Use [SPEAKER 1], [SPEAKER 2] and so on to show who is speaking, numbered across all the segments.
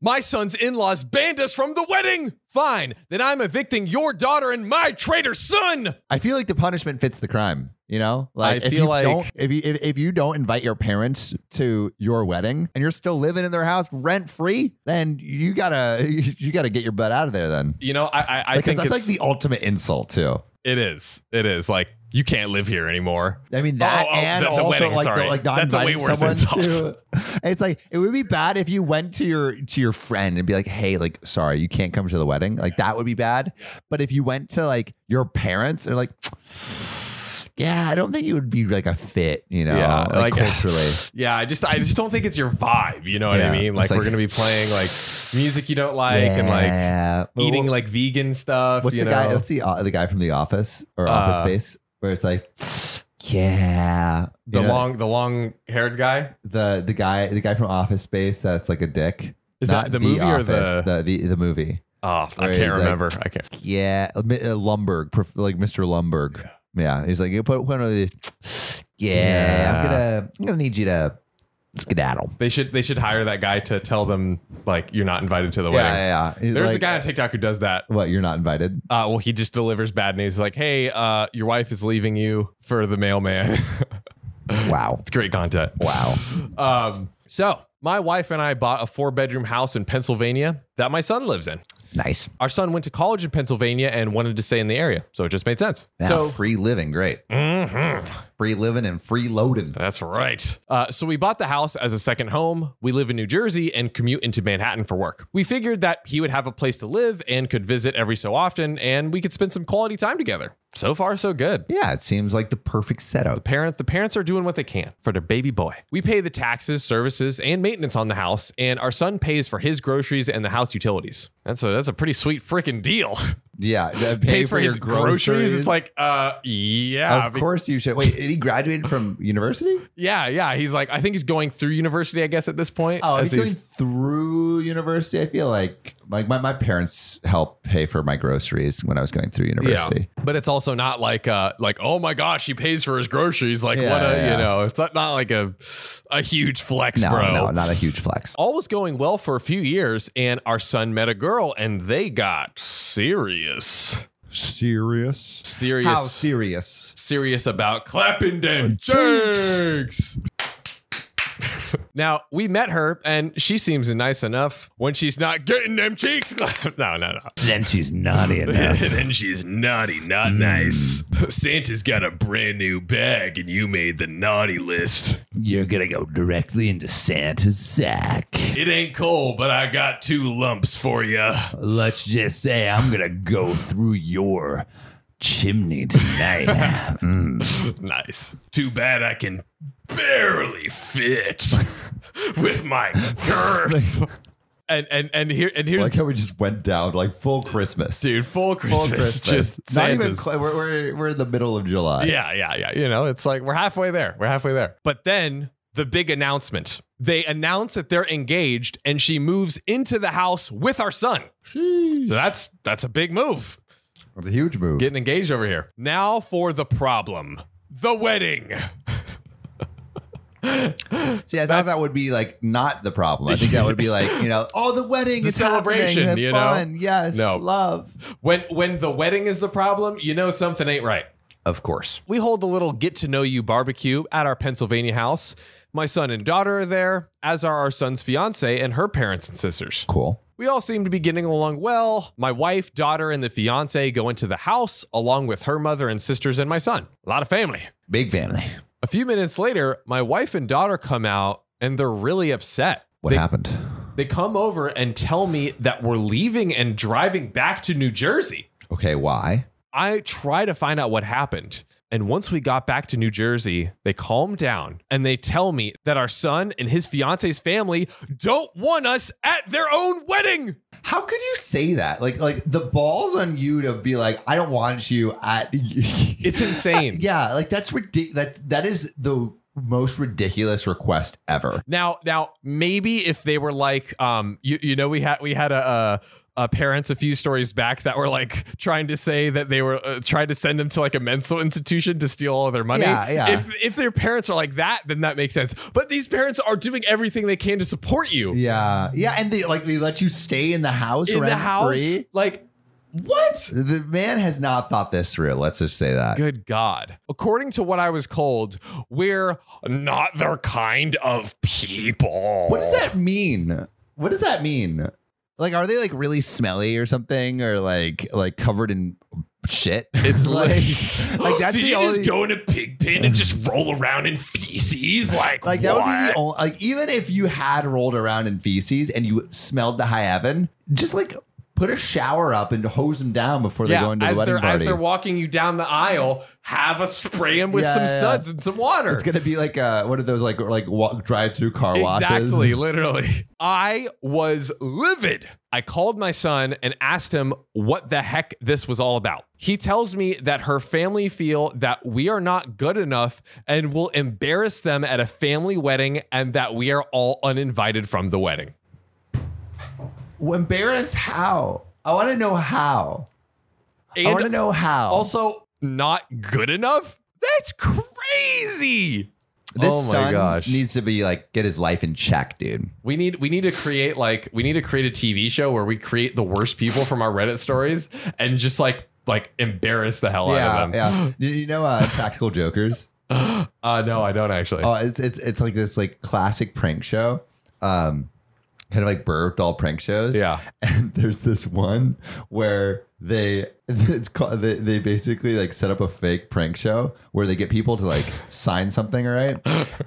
[SPEAKER 1] My son's in laws banned us from the wedding. Fine, then I'm evicting your daughter and my traitor son.
[SPEAKER 2] I feel like the punishment fits the crime. You know, like
[SPEAKER 3] I
[SPEAKER 2] if
[SPEAKER 3] feel
[SPEAKER 2] you
[SPEAKER 3] like-
[SPEAKER 2] don't, if you if, if you don't invite your parents to your wedding and you're still living in their house rent free, then you gotta you gotta get your butt out of there then.
[SPEAKER 1] You know, I I, I
[SPEAKER 2] Because
[SPEAKER 1] think
[SPEAKER 2] that's
[SPEAKER 1] it's,
[SPEAKER 2] like the ultimate insult too.
[SPEAKER 1] it is. It is like you can't live here anymore.
[SPEAKER 2] I mean that
[SPEAKER 1] Oh, oh,
[SPEAKER 2] and
[SPEAKER 1] the- the
[SPEAKER 2] also
[SPEAKER 1] wedding,
[SPEAKER 2] like
[SPEAKER 1] sorry.
[SPEAKER 2] the, like not
[SPEAKER 1] That's a way
[SPEAKER 2] inviting
[SPEAKER 1] worse
[SPEAKER 2] someone
[SPEAKER 1] insult.
[SPEAKER 2] to. It's like it would be bad if you went to your to your friend and be like, "Hey, like, sorry, you can't come to the wedding." Like that would be bad. But if you went to like your parents, they're like, "Yeah, I don't think you would be like a fit," you know,
[SPEAKER 1] yeah,
[SPEAKER 2] like, culturally.
[SPEAKER 1] Yeah, I just I just don't think it's your vibe. You know what I
[SPEAKER 2] Yeah,
[SPEAKER 1] mean?
[SPEAKER 2] it's
[SPEAKER 1] Like, we're
[SPEAKER 2] like-
[SPEAKER 1] gonna be playing like music you don't like and like
[SPEAKER 2] Yeah. But
[SPEAKER 1] eating
[SPEAKER 2] what-
[SPEAKER 1] like vegan stuff.
[SPEAKER 2] what's
[SPEAKER 1] you
[SPEAKER 2] the
[SPEAKER 1] know?
[SPEAKER 2] guy? What's the uh, the guy from the Office or Office
[SPEAKER 1] Uh,
[SPEAKER 2] Space where it's like, yeah, You
[SPEAKER 1] the
[SPEAKER 2] know,
[SPEAKER 1] long the long haired guy.
[SPEAKER 2] the the guy the guy from Office Space that's like a dick.
[SPEAKER 1] Is
[SPEAKER 2] Not
[SPEAKER 1] that the, movie or the?
[SPEAKER 2] the the the movie?
[SPEAKER 1] oh, I
[SPEAKER 2] where he's,
[SPEAKER 1] can't
[SPEAKER 2] like-
[SPEAKER 1] remember. I can't.
[SPEAKER 2] Yeah, uh, Mi- uh, Lumberg, prof- like Mr. Lumberg. Yeah, he's like you put one of these. Yeah, I'm
[SPEAKER 1] Yeah.
[SPEAKER 2] gonna I'm gonna need you to skedaddle.
[SPEAKER 1] They should they should hire that guy to tell them like you're not invited to the
[SPEAKER 2] Yeah,
[SPEAKER 1] wedding.
[SPEAKER 2] yeah. yeah. He's
[SPEAKER 1] There's a
[SPEAKER 2] like, uh,
[SPEAKER 1] guy on TikTok who does that.
[SPEAKER 2] What you're not invited?
[SPEAKER 1] Uh, well, he just delivers bad news like, "Hey, uh, your wife is leaving you for the mailman."
[SPEAKER 2] Wow,
[SPEAKER 1] it's great content.
[SPEAKER 2] wow.
[SPEAKER 1] Um, so my wife and I bought a four bedroom house in Pennsylvania that my son lives in.
[SPEAKER 2] Nice.
[SPEAKER 1] Our son went to college in Pennsylvania and wanted to stay in the area, so it just made sense.
[SPEAKER 2] Yeah,
[SPEAKER 1] so Mm-hmm.
[SPEAKER 2] free living, great. Free living and free loading.
[SPEAKER 1] That's right. Uh, so we bought the house as a second home. We live in New Jersey and commute into Manhattan for work. We figured that he would have a place to live and could visit every so often, and we could spend some quality time together. So far, so good.
[SPEAKER 2] Yeah, it seems like the perfect setup.
[SPEAKER 1] Parents, the parents are doing what they can for their baby boy. We pay the taxes, services, and maintenance on the house, and our son pays for his groceries and the house utilities. That's a that's a pretty sweet freaking deal.
[SPEAKER 2] Yeah, pay
[SPEAKER 1] Pays for, his groceries. It's like, uh, yeah,
[SPEAKER 2] Of
[SPEAKER 1] be-
[SPEAKER 2] course you should. Wait, he graduated from university?
[SPEAKER 1] yeah, yeah. He's like, I think he's going through university, I guess, at this point.
[SPEAKER 2] Oh,
[SPEAKER 1] as
[SPEAKER 2] he's going through university. I feel like like my, my parents helped pay for my groceries when I was going through university.
[SPEAKER 1] Yeah. But it's also not like uh like oh my gosh, he pays for his groceries. Like
[SPEAKER 2] Yeah,
[SPEAKER 1] what a
[SPEAKER 2] yeah.
[SPEAKER 1] you know, it's not, not like a a huge flex,
[SPEAKER 2] No,
[SPEAKER 1] bro.
[SPEAKER 2] no, not a huge flex.
[SPEAKER 1] All was going well for a few years, and our son met a girl, and they got serious,
[SPEAKER 2] Serious?
[SPEAKER 1] serious,
[SPEAKER 2] How serious?
[SPEAKER 1] serious about clapping them cheeks. now we met her, and she seems nice enough when she's not getting them cheeks. clapped. no, no, no.
[SPEAKER 2] Then she's naughty
[SPEAKER 1] then she's naughty, not nice. Mm. Santa's got a brand new bag, and you made the naughty list.
[SPEAKER 2] You're gonna go directly into Santa's sack.
[SPEAKER 1] It ain't cold, but I got two lumps for you.
[SPEAKER 2] Let's just say I'm gonna go through your chimney tonight.
[SPEAKER 1] Nice. Too bad I can barely fit with my girth. and and and here and here's
[SPEAKER 2] like how we just went down like full Christmas.
[SPEAKER 1] dude, full Christmas, just
[SPEAKER 2] not even
[SPEAKER 1] Santa's-
[SPEAKER 2] cl- we're, we're, we're in the middle of July.
[SPEAKER 1] Yeah, yeah, yeah. You know, it's like we're halfway there. We're halfway there. But then the big announcement. They announce that they're engaged and she moves into the house with our son.
[SPEAKER 2] Jeez.
[SPEAKER 1] So that's that's a big move.
[SPEAKER 2] That's a huge move.
[SPEAKER 1] Getting engaged over here. Now for the problem. The wedding.
[SPEAKER 2] See, I thought that would be like not the problem. I think that would be like, you know, oh, the wedding,
[SPEAKER 1] The
[SPEAKER 2] it's happening,
[SPEAKER 1] celebration,
[SPEAKER 2] have
[SPEAKER 1] you know?
[SPEAKER 2] fun, yes,
[SPEAKER 1] No.
[SPEAKER 2] love.
[SPEAKER 1] When when the wedding is the problem, you know something ain't right.
[SPEAKER 2] Of course.
[SPEAKER 1] We hold a little get to know you barbecue at our Pennsylvania house. My son and daughter are there, as are our son's fiance and her parents and sisters.
[SPEAKER 2] Cool.
[SPEAKER 1] We all seem to be getting along well. My wife, daughter, and the fiance go into the house along with her mother and sisters and my son. A lot of family.
[SPEAKER 2] Big family.
[SPEAKER 1] A few minutes later, my wife and daughter come out and they're really upset.
[SPEAKER 2] What
[SPEAKER 1] they,
[SPEAKER 2] happened?
[SPEAKER 1] they come over and tell me that we're leaving and driving back to New Jersey.
[SPEAKER 2] Okay, why?
[SPEAKER 1] I try to find out what happened. And once we got back to New Jersey, they calm down and they tell me that our son and his fiance's family don't want us at their own wedding.
[SPEAKER 2] How could you say that? Like, like the balls on you to be like, I don't want you at.
[SPEAKER 1] It's insane.
[SPEAKER 2] yeah, like that's ridiculous. That that is the most ridiculous request ever.
[SPEAKER 1] Now, now maybe if they were like, um, you you know, we had we had a. a, a parents a few stories back that were like trying to say that they were uh, trying to send them to like a mental institution to steal all their money.
[SPEAKER 2] Yeah, yeah.
[SPEAKER 1] If if their parents are like that, then that makes sense. But these parents are doing everything they can to support you
[SPEAKER 2] Yeah, yeah, and they like they let you stay in the house
[SPEAKER 1] in the
[SPEAKER 2] rent
[SPEAKER 1] house.
[SPEAKER 2] free.
[SPEAKER 1] Like what?
[SPEAKER 2] The man has not thought this through. Let's just say that.
[SPEAKER 1] Good God. According to what I was told, we're not their kind of people.
[SPEAKER 2] What does that mean? What does that mean? Like, are they like really smelly or something, or like like covered in shit?
[SPEAKER 1] It's like,
[SPEAKER 2] like that's
[SPEAKER 1] did
[SPEAKER 2] the
[SPEAKER 1] you
[SPEAKER 2] only.
[SPEAKER 1] just go in a pig pen and
[SPEAKER 2] Mm.
[SPEAKER 1] just roll around in feces? Like,
[SPEAKER 2] like that would be the
[SPEAKER 1] what?
[SPEAKER 2] only. Like even if you had rolled around in feces and you smelled the high heaven, just like put a shower up and hose them down before they go into the
[SPEAKER 1] as
[SPEAKER 2] wedding
[SPEAKER 1] they're as
[SPEAKER 2] party.
[SPEAKER 1] they're walking you down the aisle, have a spray 'em with
[SPEAKER 2] Yeah,
[SPEAKER 1] some
[SPEAKER 2] yeah, yeah.
[SPEAKER 1] suds and some water.
[SPEAKER 2] it's gonna be like uh, one of those like like walk, drive-through car washes.
[SPEAKER 1] Exactly, literally. I was livid. I called my son and asked him what the heck this was all about. He tells me that her family feel that we are not good enough and will embarrass them at a family wedding and that we are all uninvited from the wedding.
[SPEAKER 2] Embarrass how? I want to know how. I want to
[SPEAKER 1] And
[SPEAKER 2] know how.
[SPEAKER 1] also not good enough? That's crazy.
[SPEAKER 2] This
[SPEAKER 1] Oh my
[SPEAKER 2] son
[SPEAKER 1] gosh.
[SPEAKER 2] needs to be like get his life in check, dude.
[SPEAKER 1] We need we need to create like we need to create a TV show where we create the worst people from our Reddit stories and just like like embarrass the hell out of them.
[SPEAKER 2] yeah. You, you know, uh, Practical Jokers.
[SPEAKER 1] Uh, no, I don't actually.
[SPEAKER 2] Oh, it's it's it's like this like classic prank show, um, kind of like Burr doll prank shows.
[SPEAKER 1] Yeah.
[SPEAKER 2] and there's this one where they it's called they, they basically like set up a fake prank show where they get people to like sign something right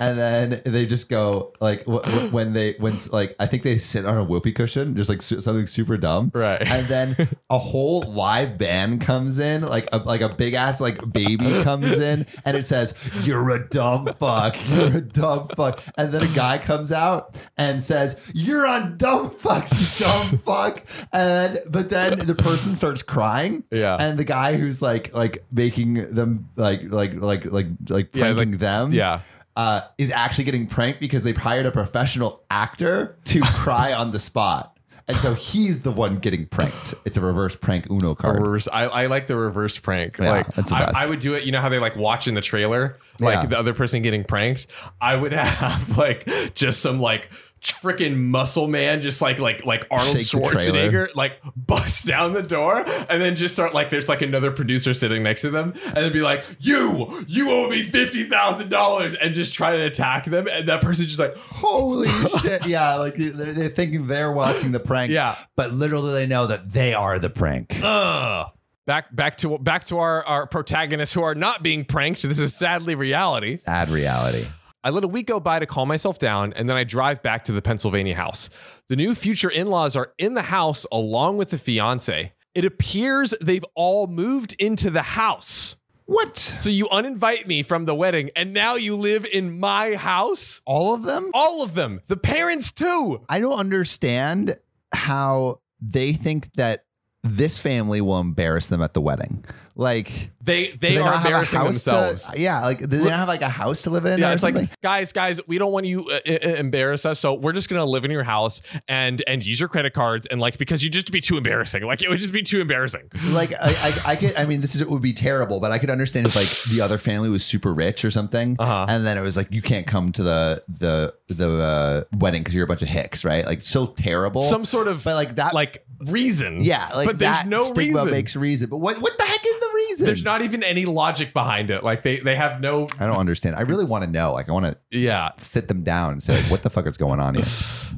[SPEAKER 2] and then they just go like w- w- when they when s- like i think they sit on a whoopee cushion just like su- something super dumb
[SPEAKER 1] Right.
[SPEAKER 2] and then a whole live band comes in like a like a big ass like baby comes in and it says you're a dumb fuck you're a dumb fuck and then a guy comes out and says you're on dumb fucks you dumb fuck and but then the person starts crying
[SPEAKER 1] Yeah.
[SPEAKER 2] and the guy who's like like making them like like like like like
[SPEAKER 1] Yeah, like-
[SPEAKER 2] pranking them
[SPEAKER 1] yeah.
[SPEAKER 2] uh, is actually getting pranked because they've hired a professional actor to cry on the spot. And so he's the one getting pranked. It's a reverse prank Uno card.
[SPEAKER 1] Reverse, I, I like the reverse prank.
[SPEAKER 2] Yeah,
[SPEAKER 1] like
[SPEAKER 2] that's the
[SPEAKER 1] I,
[SPEAKER 2] best.
[SPEAKER 1] I would do it. You know how they like watch in the trailer, like
[SPEAKER 2] Yeah.
[SPEAKER 1] the other person getting pranked. I would have like just some like freaking muscle man, just like like like Arnold
[SPEAKER 2] Shake the trailer.
[SPEAKER 1] Schwarzenegger, like bust down the door and then just start like there's like another producer sitting next to them and then be like, you you owe me fifty thousand dollars and just try to attack them and that person just like
[SPEAKER 2] Holy shit. Yeah, like they're, they're thinking they're watching the prank.
[SPEAKER 1] Yeah.
[SPEAKER 2] But little do they know that they are the prank.
[SPEAKER 1] Ugh. Back back to back to our our protagonists who are not being pranked. This is sadly reality.
[SPEAKER 2] Sad reality.
[SPEAKER 1] I let a week go by to calm myself down, and then I drive back to the Pennsylvania house. The new future in laws are in the house along with the fiance. It appears they've all moved into the house.
[SPEAKER 2] What?
[SPEAKER 1] So you uninvite me from the wedding, and now you live in my house?
[SPEAKER 2] All of them?
[SPEAKER 1] All of them, the parents too.
[SPEAKER 2] I don't understand how they think that this family will embarrass them at the wedding. Like,
[SPEAKER 1] They they,
[SPEAKER 2] do
[SPEAKER 1] are
[SPEAKER 2] not have a
[SPEAKER 1] embarrassing
[SPEAKER 2] house to-
[SPEAKER 1] themselves.
[SPEAKER 2] yeah, like do they not have like a house to live in?
[SPEAKER 1] yeah,
[SPEAKER 2] or
[SPEAKER 1] it's
[SPEAKER 2] something?
[SPEAKER 1] like, guys, guys, we don't want you uh, uh, uh, embarrass us, so we're just gonna live in your house and and use your credit cards and like because you just be too embarrassing, like it would just be too embarrassing.
[SPEAKER 2] like I, I, I could I mean this is it would be terrible, but I could understand if like the other family was super rich or something,
[SPEAKER 1] Uh-huh.
[SPEAKER 2] and then it was like you can't come to the the the uh, wedding because you're a bunch of hicks, right? Like so terrible.
[SPEAKER 1] Some sort of
[SPEAKER 2] but like that, like
[SPEAKER 1] like reason,
[SPEAKER 2] yeah, like
[SPEAKER 1] but there's
[SPEAKER 2] that
[SPEAKER 1] no
[SPEAKER 2] stigma
[SPEAKER 1] reason.
[SPEAKER 2] makes reason. But what what the heck is the reason?
[SPEAKER 1] there's not even any logic behind it. Like they they have no.
[SPEAKER 2] I don't understand. I really want to know. Like I want to
[SPEAKER 1] Yeah,
[SPEAKER 2] sit them down and say like, what the fuck is going on here?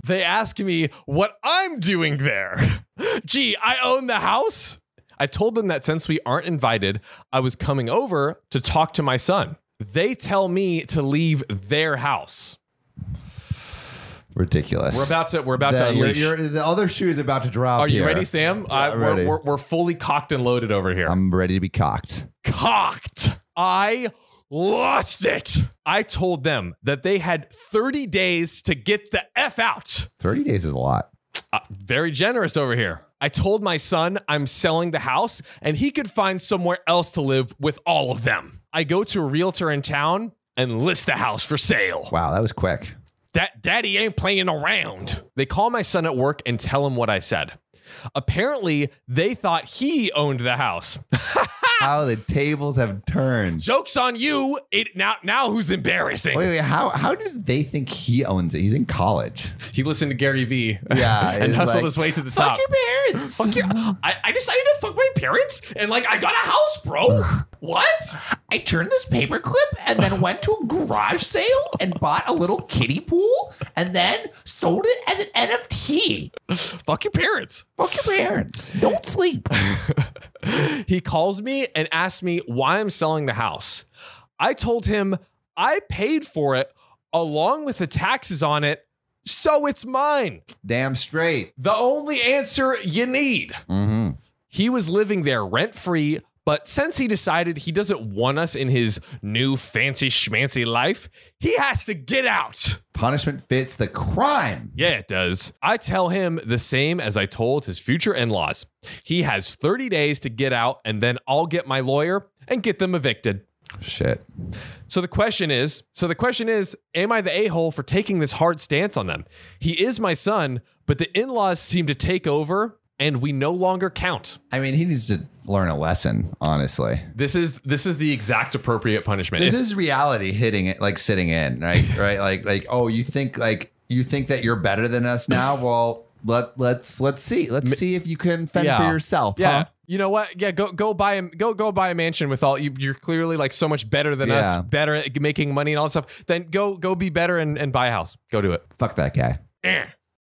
[SPEAKER 1] they ask me what I'm doing there. Gee, I own the house. I told them that since we aren't invited, I was coming over to talk to my son. They tell me to leave their house.
[SPEAKER 2] Ridiculous.
[SPEAKER 1] We're about to. We're about to
[SPEAKER 2] the, you're-
[SPEAKER 1] unleash.
[SPEAKER 2] you're- the other shoe is about to drop.
[SPEAKER 1] Are you
[SPEAKER 2] here.
[SPEAKER 1] ready, Sam? I,
[SPEAKER 2] I'm
[SPEAKER 1] we're,
[SPEAKER 2] ready.
[SPEAKER 1] We're, we're fully cocked and loaded over here.
[SPEAKER 2] I'm ready to be cocked.
[SPEAKER 1] cocked. I lost it. I told them that they had 30 days to get the F out.
[SPEAKER 2] Thirty days is a lot.
[SPEAKER 1] Uh, very generous over here. I told my son I'm selling the house and he could find somewhere else to live with all of them. I go to a realtor in town and list the house for sale.
[SPEAKER 2] Wow, that was quick.
[SPEAKER 1] That daddy ain't playing around. They call my son at work and tell him what I said. Apparently, they thought he owned the house.
[SPEAKER 2] How the tables have turned.
[SPEAKER 1] Jokes on you. It now now who's embarrassing?
[SPEAKER 2] Wait, wait, how how do they think he owns it? He's in college.
[SPEAKER 1] He listened to Gary Vee.
[SPEAKER 2] Yeah,
[SPEAKER 1] and
[SPEAKER 2] it's
[SPEAKER 1] hustled
[SPEAKER 2] like,
[SPEAKER 1] his way to the top.
[SPEAKER 2] Fuck your parents.
[SPEAKER 1] Fuck your- I, I decided to fuck my parents and like I got a house, bro. what?
[SPEAKER 2] I turned this paperclip and then went to a garage sale and bought a little kiddie pool and then sold it as an NFT.
[SPEAKER 1] Fuck your parents.
[SPEAKER 2] Fuck your parents. Don't sleep.
[SPEAKER 1] He calls me and asks me why I'm selling the house. I told him I paid for it along with the taxes on it, so it's mine.
[SPEAKER 2] Damn straight.
[SPEAKER 1] The only answer you need.
[SPEAKER 2] Mm-hmm.
[SPEAKER 1] He was living there rent free, but since he decided he doesn't want us in his new fancy schmancy life, he has to get out.
[SPEAKER 2] Punishment fits the crime.
[SPEAKER 1] Yeah, it does. I tell him the same as I told his future in laws. He has 30 days to get out, and then I'll get my lawyer and get them evicted.
[SPEAKER 2] Shit.
[SPEAKER 1] So the question is, so the question is, am I the a-hole for taking this hard stance on them? He is my son, but the in-laws seem to take over and we no longer count.
[SPEAKER 2] I mean, he needs to learn a lesson, honestly.
[SPEAKER 1] This is this is the exact appropriate punishment.
[SPEAKER 2] This
[SPEAKER 1] If-
[SPEAKER 2] is reality hitting it like sitting in, right? Right? Like like oh, you think like you think that you're better than us now? Well, let let's let's see. Let's see if you can fend
[SPEAKER 1] Yeah.
[SPEAKER 2] for yourself.
[SPEAKER 1] yeah.
[SPEAKER 2] huh?
[SPEAKER 1] You know what? Yeah, go go buy a go go buy a mansion with all you. You're clearly like so much better than
[SPEAKER 2] Yeah.
[SPEAKER 1] us, better at making money and all that stuff. Then go go be better and, and buy a house. Go do it.
[SPEAKER 2] Fuck that guy.
[SPEAKER 1] Eh.